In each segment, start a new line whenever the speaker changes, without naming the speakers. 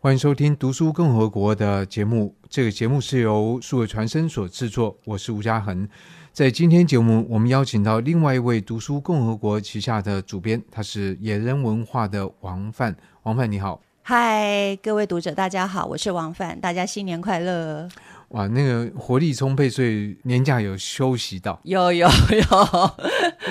欢迎收听《读书共和国》的节目。这个节目是由数位传声所制作，我是吴嘉恒。在今天节目，我们邀请到另外一位《读书共和国》旗下的主编，他是野人文化的王范。王范，你好！
嗨，各位读者，大家好，我是王范，大家新年快乐！
哇，那个活力充沛，所以年假有休息到，
有有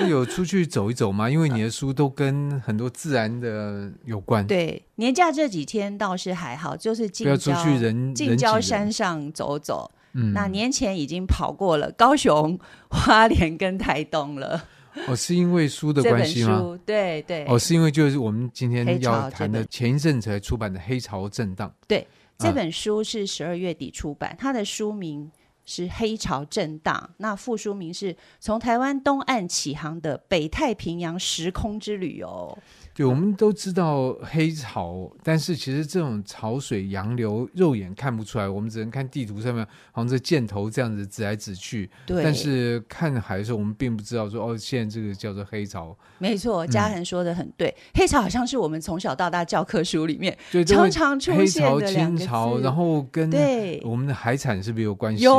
有，
有出去走一走吗？因为你的书都跟很多自然的有关，
对，年假这几天倒是还好，就是
不
近
要出
郊
去人
近
人
郊
挤人
山上走走。
嗯
那年前已经跑过了高雄、 花莲跟台东了。
哦，是因为书的
这
关
本
系吗？
书，对对、
哦，是因为就是我们今天
黑潮
要谈
这
的
本
前一阵才出版的《黑潮震荡》。啊
这本书是十二月底出版，它的书名是《黑潮震荡》，那副书名是从台湾东岸起航的北太平洋时空之旅哦。
对，我们都知道黑潮，但是其实这种潮水洋流肉眼看不出来，我们只能看地图上面好像这箭头这样子指来指去。
对，
但是看海的时候，我们并不知道说哦，现在这个叫做黑潮。
没错，嘉
嗯
恒说的很对，黑潮好像是我们从小到大教科书里面
对，这
常
会
常出
黑
现
潮、
的两
清
个字。
潮，然后跟
对。
我们的海产是不是有关系吗？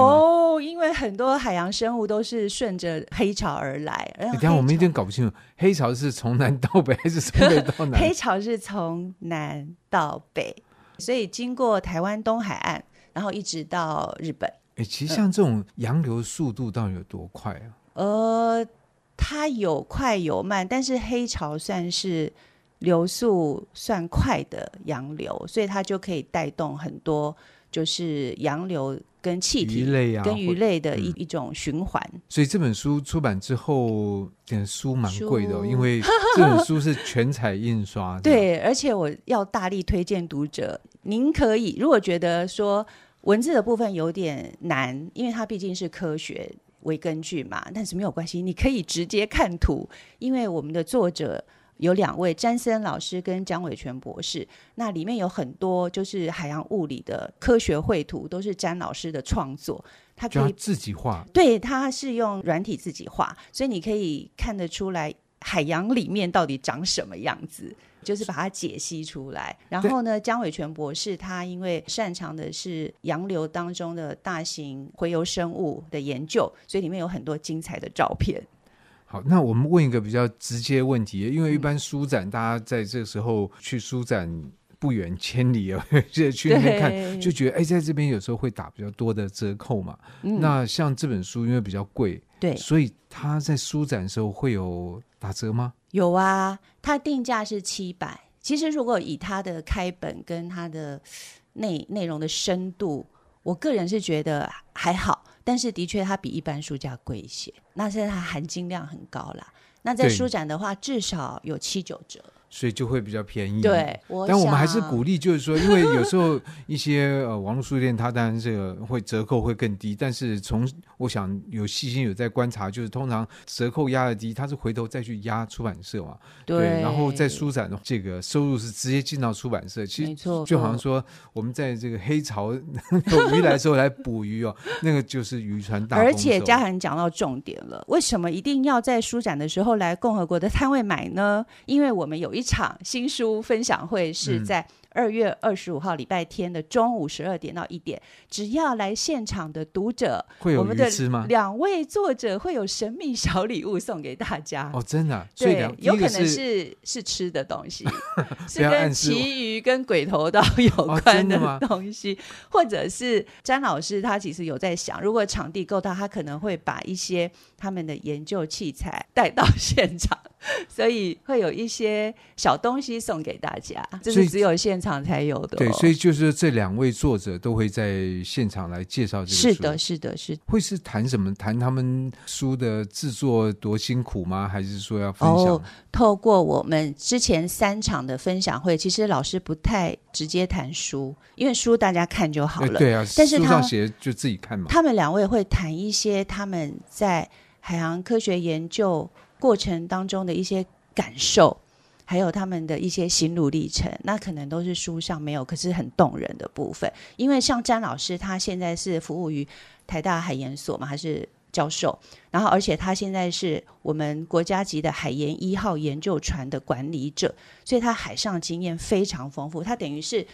有，因为很多海洋生物都是顺着黑潮而来。然
哎
后
等一下我们
黑
一定搞不清楚，黑潮是从南到北还是从北到
潮
南？
黑潮是从南到北，所以经过台湾东海岸，然后一直到日本。
哎，其
嗯
实像这种洋流速度到底有多快啊？
呃，它有快有慢，但是黑潮算是流速算快的洋流，所以它就可以带动很多就是洋流跟气
鱼
体。
类啊，
跟鱼
或。
类的一、一种循环，
所以这本书出版之后，点书蛮贵的哦、
书
因为这本书是全彩印刷的。，
对，而且我要大力推荐读者，您可以如果觉得说文字的部分有点难，因为它毕竟是科学为根据嘛，但是没有关系，你可以直接看图，因为我们的作者。有两位詹森老师跟蒋伟全博士，那里面有很多就是海洋物理的科学绘图，都是詹老师的创作，他
就
可
要
以
自己画。
对，它是用软体自己画，所以你可以看得出来海洋里面到底长什么样子，就是把它解析出来。然后呢，姜伟全博士他因为擅长的是洋流当中的大型洄游生物的研究，所以里面有很多精彩的照片。
好，那我们问一个比较直接的问题，因
嗯
为一般书展，大家在这时候去书展不远千里啊， 就去那边看，
对
就觉得哎，在这边有时候会打比较多的折扣嘛。
嗯
那像这本书因为比较贵，
对
所以它在书展的时候会有打折吗？
有啊，它定价是七百。其实如果以它的开本跟它的内内容的深度，我个人是觉得还好，但是的确它比一般书价贵一些，那是它含金量很高啦。那在
对
书展的话，至少有七九折。
所以就会比较便宜。
对，
嗯
我
但我们还是
想
鼓励，就是说，因为有时候一些呃网络书店，它当然这个会折扣会更低，但是从我想有细心有在观察，就是通常折扣压的低，它是回头再去压出版社嘛，
对，
然后在书展的这个收入是直接进到出版社，其实
没。错，
就好像说，我们在这个黑潮有鱼来的 时候来捕鱼哦，那个就是渔船大丰收。
而且嘉恒讲到重点了，为什么一定要在书展的时候来共和国的摊位买呢？因为我们有一场新书分享会是
嗯
在二月二十五号礼拜天的中午十二点到一点，只要来现场的读者，
会
我
有
们
鱼
的
吃吗？
两位作者会有神秘小礼物送给大家。
哦，真的啊、所以
对
两，
有
第一
可
个
能是是吃的 东西，是
不要
跟
暗示我
其余跟鬼 头刀有
哦
关
真的吗
东西，或者是詹老师他其实有在想，如果场地够大，他可能会把一些他们的研究器材带到 现场，所以会有一些小东西送给大家，这
所以
是只有现场才有的哦、
对，所以就是这两位作者都会在现场来介绍这个书。
是的，，是的，是的。
会是谈什么？谈他们书的制作多辛苦吗？还是说要分享？呃
哦透过我们之前三场的分享会，其实老师不太直接谈书，因为书大家看就好
哎
了。
对啊，
但是
书
他
上写就自己看嘛。
他们两位会谈一些他们在海洋科学研究过程当中的一些感受，还有他们的一些心路历程。那可能都是书上没有，可是很动人的部分。因为像詹老师，他现在是服务于台大海研所嘛，他是教授，然后而且他现在是我们国家级的海研一号研究船的管理者，所以他海上经验非常丰富。他等于是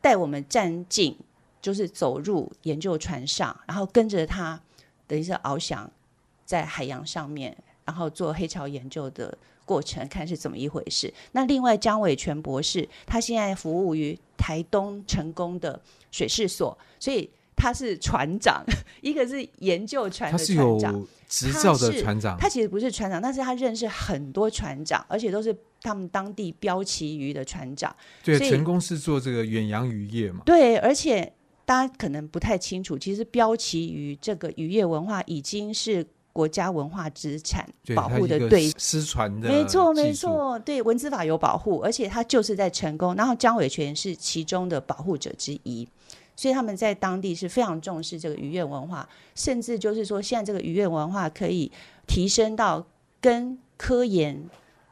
带我们站进，就是走入研究船上，然后跟着他，等于是翱翔在海洋上面，然后做黑潮研究的过程，看是怎么一回事。那另外，江伟全博士他现在服务于台东成功的水事所，所以他是船长， 一个是研究船
他
的
是
船长。
有执照
他
的
是
船长，
他其实不是船长，但是他认识很多船长，而且都是他们当地标旗鱼的船长。
对，
所以
成功是做这个远洋渔业嘛，
对，而且大家可能不太清楚，其实标旗鱼这个渔业文化已经是国家文化资产
对，
保
它
护
一个
的对
失失传的，
没错，没。错，对，文字法有保护，而且它就是在成功，然后江伟全是其中的保护者之一，所以他们在当地是非常重视这个渔业文化，甚至就是说，现在这个渔业文化可以提升到跟科研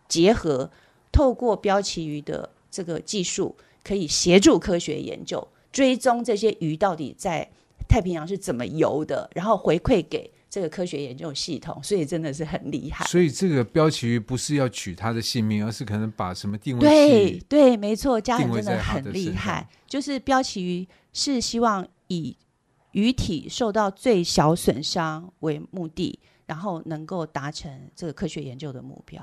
结合，透过标旗鱼的这个技术，可以协助科学研究，追踪这些鱼到底在太平洋是怎么游的，然后回馈给。这个科学研究系统，所以真的是很厉害。
所以这个标旗鱼不是要取它的性命，而是可能把什么定位
对
器
对，没错，家人
定位
真的
在他
很
的
厉
身
害
上。
就是标旗鱼是希望以鱼体受到最小损伤为目的，然后能够达成这个科学研究的目标。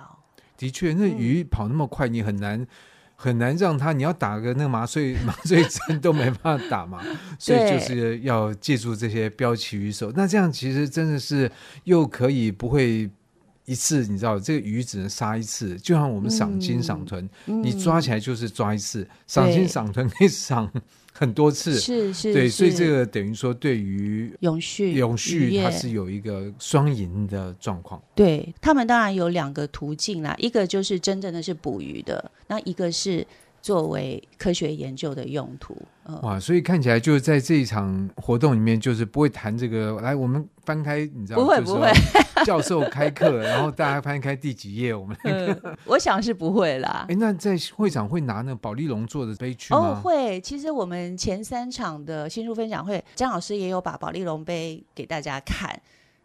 的确，
嗯
那鱼跑那么快，你很难很难让它，你要打个那个麻醉 麻醉针都没办法打嘛， 所以
对
就是要借助这些标旗鱼手。那这样其实真的是又可以不会一次，你知道这个鱼只能杀一次，就像我们赏金
嗯
赏豚，
嗯
你抓起来就是抓一次，赏金
对
赏豚可以赏很多次，
是是，
对，所以
是
这个等于说对于
永续
永
渔
续
业
它是有一个双赢的状况。
对他们当然有两个途径啦，一个就是真正的是捕鱼的，那一个是作为科学研究的用途。嗯、
哇，所以看起来就是在这一场活动里面，就是不会谈这个。来，我们翻开，你知道，
不会
就是说
不会，
教授开课，然后大家翻开第几页，我们。
嗯，我想是不会啦。
哎，那在会场会拿那保利龙做的杯去
哦
吗，？
会。其实我们前三场的新书分享会，张老师也有把保利龙杯给大家看，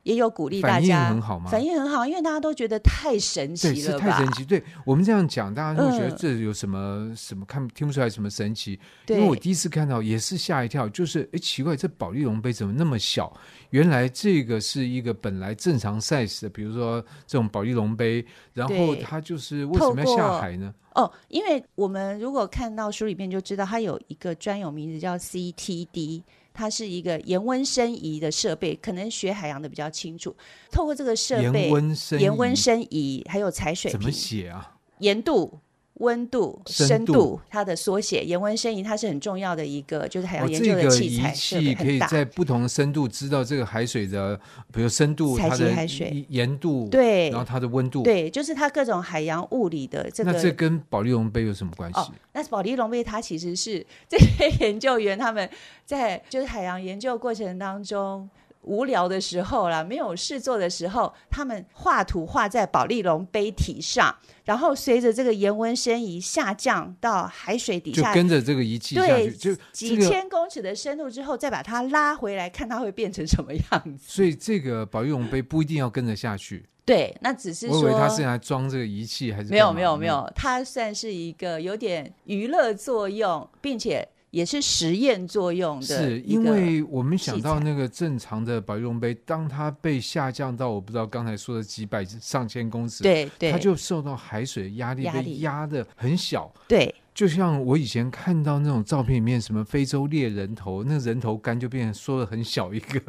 也有鼓励大
反应
家，
很好吗？
反应很好，因为大家都觉得太神
对，
奇
是
了
太
吧？
神奇。对我们这样讲，大家会觉得
嗯
这有什么什么看听不出来什么神奇。因
对，
为我第一次看到，也是吓一跳，就是哎奇怪，这保利龙杯怎么那么小？原来这个是一个本来正常 size 的，比如说这种保利龙杯，然后
对
它就是为什么要下海呢？
哦，因为我们如果看到书里面就知道，它有一个专有名字叫 CTD，它是一个盐温生仪的设备，可能学海洋的比较清楚。透过这个设
盐
备，
温生
盐温生仪还有采水
怎
瓶
么，写啊？
盐度、温度、
深
深
度
它的缩写，盐温深仪，它是很重要的一个，就是海
我、
洋研
哦这
究的
个
器
仪
材设备
器可
很
以
大。
在不同的深度知道这个海水的，比如深度、
采
它
集
的
海水
盐盐度，，
对
然后它的温度。
对，就是它各种海洋物理的这个。
那这跟保利龙杯有什么关系？
哦那保利龙贝它其实是这些研究员他们在就是海洋研究过程当中。无聊的时候啦，没有事做的时候，他们画图画在保利龙杯体上，然后随着这个盐温升移下降到海水底
就
下
跟着这个仪器下
对
去，就这
几
个
千公尺的深度之后，再把它拉回来，看它会变成什么样子。
所以这个保育龙杯不一定要跟着下去，
对，那只是
我以
说
为它是来装这个仪器还是
没有
干嘛嗯
没有没，有，它算是一个有点娱乐作用，并且也是实验作用的
是
一
因
个
为我们想
器
到
材
那个正常的保育龙杯，当它被下降到我不知道刚才说的几百上千公尺，
对对，
它就受到海水压力
压
被
力
压的很小。
对
就像我以前看到那种照片里面，什么非洲猎人头，那人头杆就变成缩的很小一个，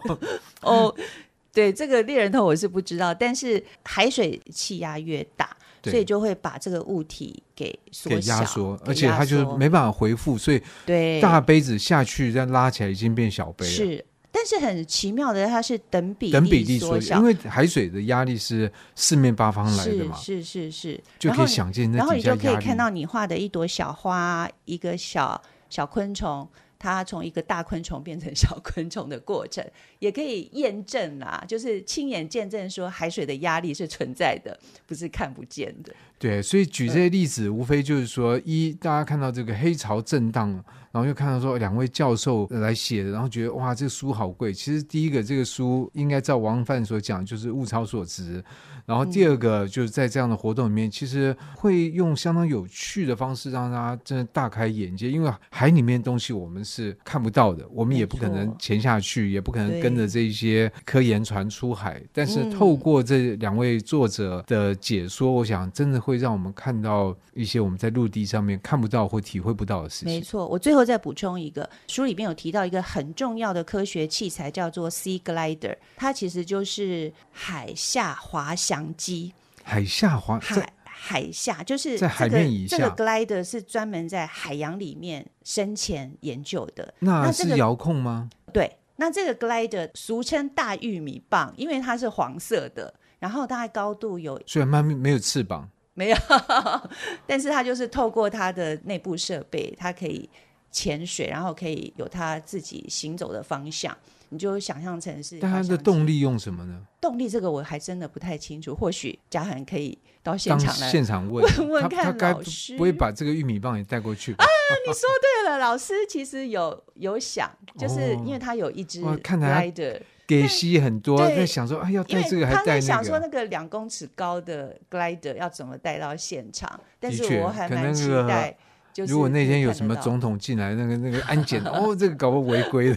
哦。对这个猎人头我是不知道，但是海水气压越大，所以
对，
就会把这个物体给缩
给压
小
缩，
给
而且
压
它就
缩
没办法回复，所以
对
大杯子下去再拉起来已经变小杯了。
是，但是很奇妙的，它是等比
等比例
缩
缩
小，
小，因为海水的压力是四面八方来的嘛，
是是是是，
就
然
可
后
以
你
想见
然
那
后
底
你
下
就可以
压
看
力。
到你画的一朵小花，一个小小昆虫，它从一个大昆虫变成小昆虫的过程，也可以验啊证啦，就是亲眼见证说海水的压力是存在的，不是看不见的。
对，所以举这些例子，无非就是说，一大家看到这个黑潮震荡，然后又看到说两位教授来写的，然后觉得哇，这个书好贵。其实第一个，这个书应该照王范所讲，就是物超所值。然后第二个，就是在这样的活动里面，其实会用相当有趣的方式，让大家真的大开眼界。因为海里面的东西我们是看不到的，我们也不可能潜下去，也不可能跟着这一些科研船出海。但是透过这两位作者的解说，我想真的会。会让我们看到一些我们在陆地上面看不到或体会不到的事情。
没错，我最后再补充一个，书里面有提到一个很重要的科学器材，叫做 Sea Glider，它其实就是海下滑翔机。
海下滑
海海下就是、这
啊在
个、
海面以下，
这个 Glider 是专门在海洋里面深潜研究的。
那
这个
是遥控吗？
对，那这个 Glider 俗称大玉米棒，因为它是黄色的，然后大概高度有
虽然它没有翅膀。
没有， 但是它就是透过它的内部设备，它可以潜水，然后可以有它自己行走的方向。你就想象成是。
但它的动力用什么呢？
动力这个我还真的不太清楚，或许嘉恒可以到现
当
场来
现场问
问问
他，他
看
该
老
不
师。啊
不会把这个玉米棒也带过去吧？
你说对了，老师其实有有想，就是因为他有一只
哦哇看来
glider，
给息很多，
对
在想说，哎，要
因
带这
为
个还啊
他
带
在想说
个，
那个两公尺高的 glider 要怎么带到现场，但
的
是
确
我还
可
蛮
能
期
那个
待。就是
如果那天有
看
什
得
么
到
总统进来，那个那个安 检，哦，这个搞不好违规了。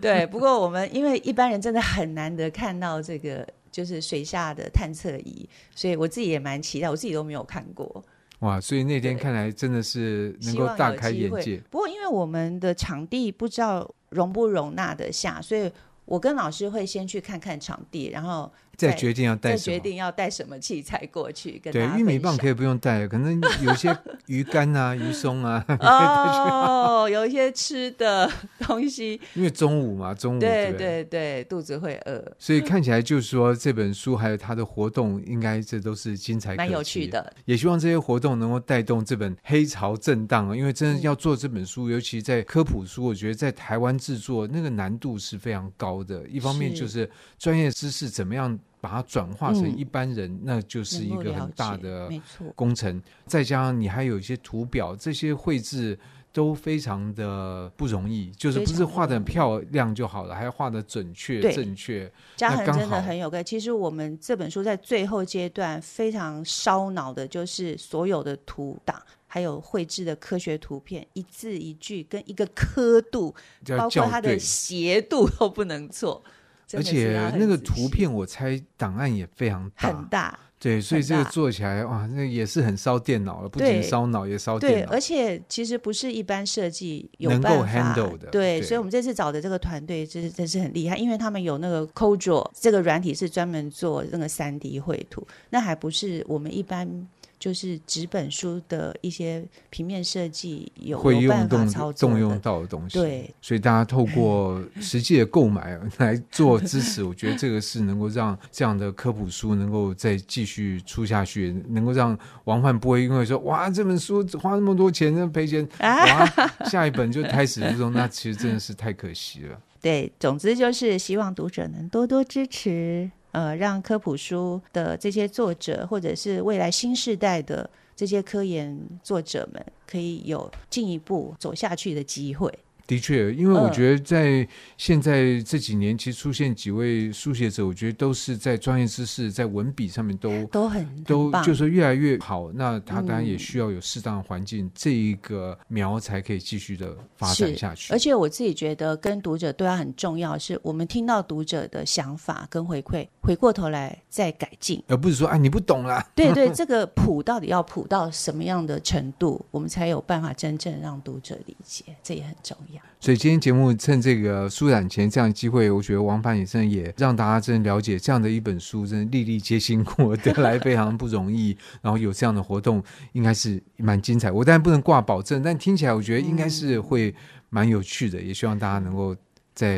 对，不过我们因为一般人真的很难得看到这个，就是水下的探测仪，所以我自己也蛮期待，我自己都没有看过。
哇，所以那天
对
看来真的是能
希
够
望
大
有
开
机
眼
会
界。
不过因为我们的场地不知道容不容纳得下，所以我跟老师会先去看看场地，然后
再
在
决定要带
再
什么
决。定要带什么器材过去跟大
对
家，
玉米
分
棒
享
可以不用带，可能有 些鱼竿啊、鱼松啊，
哦，有一些吃的 东西，
因为中午嘛，中午
对
不
对对，肚子会饿。
所以看起来就是说，这本书还有它的活动，应该这都是精彩可
蛮有
期
趣。的，
也希望这些活动能够带动这本《黑潮震荡》啊，因为
嗯
真的要做这本书，尤其在科普书，我觉得在台湾制作那个难度是非常高的。一方面
是
就是专业知识怎么样把它转化成
嗯
一般人，那就是
能
一
够
个
了
很大
解
的
没错，
工程，再加上你还有一些图表，这些绘制都非常的不容易，就是不
非常
是画的很漂亮就好了，还要画的准确
对
正确。
嘉
那
恒
刚
真的
好
很有个。其实我们这本书在最后阶段非常烧脑的，就是所有的图档，还有绘制的科学图片，一字一句跟一个刻度，
要
包
校
括它
对
的斜度都不能错。真
而
的是要
且
很
那个
仔
图
细
片，我猜档案也非常
很
大，
大，
对，所以
很
这个
大
做起来哇，那也是很烧电脑了，不仅
对
烧脑也烧
对，
哦电脑
而。且其实不是一般设计有
能够
办法
handle 的
对，
对
所以我们这次找的这个团队真是真是很厉害，因为他们有那个 CoDraw 这个软体是专门做那个三 D 绘图，那还不是我们一般。就是纸本书的一些平面设计有
会
有
用
办法
动
操作
动
的
用 到的东西，
对，
所以大家透 过实际的购买 来做支持，我觉得这个是能够让这样的科普书能够再继续出下去，能够让王焕不会因为说哇这本书花那么多钱，那赔钱，
啊
哇下一本就开始这种，那其实真的是太可惜了。
对，总之就是希望读者能多多支持，呃，让科普书的这些作者，或者是未来新时代的这些科研作者们，可以有进一步走下去的机会。
的确，因为我
嗯
觉得在现在这几年，其实出现几位书写者，我觉得都是在专业知识、在文笔上面都
都很
都
很棒，
就是越来越好。那它当然也
嗯
需要有适当的环境，这一个苗才可以继续的发展
是
下去
而。且我自己觉得跟读者对话很重要，是我们听到读者的想法跟回馈，回过头来再改进。
而不是说啊，你不懂啦，
对对，这个谱到底要谱到什么样的程度，我们才有办法真正让读者理解，这也很重要。
所以今天节目趁这个舒展前这样的机会，我觉得王凡也真的也让大家真的了解这样的一本书，真的粒粒皆辛苦， 得来非常不容易。然后有这样的活动，应该是蛮精彩。我当然不能挂保证，但听起来我觉得应该是
嗯
会蛮有趣的。也希望大家能够在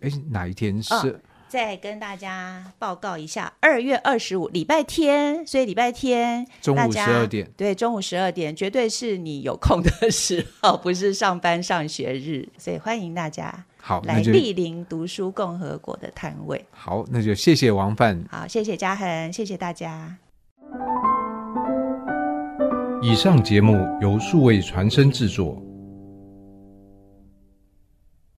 哎哪一天是、
嗯再跟大家报告一下，二月二十五礼拜天，所以礼拜天
中
大
午十
家
二点，
对中午十二点，绝对是你有空的时候，不是上班上学日，所以欢迎大家
好，
来
那就
莅临读书共和国的摊位。
好，那就谢谢王范。
好，谢谢嘉恒，谢谢大家。
以上节目由数位传声制作。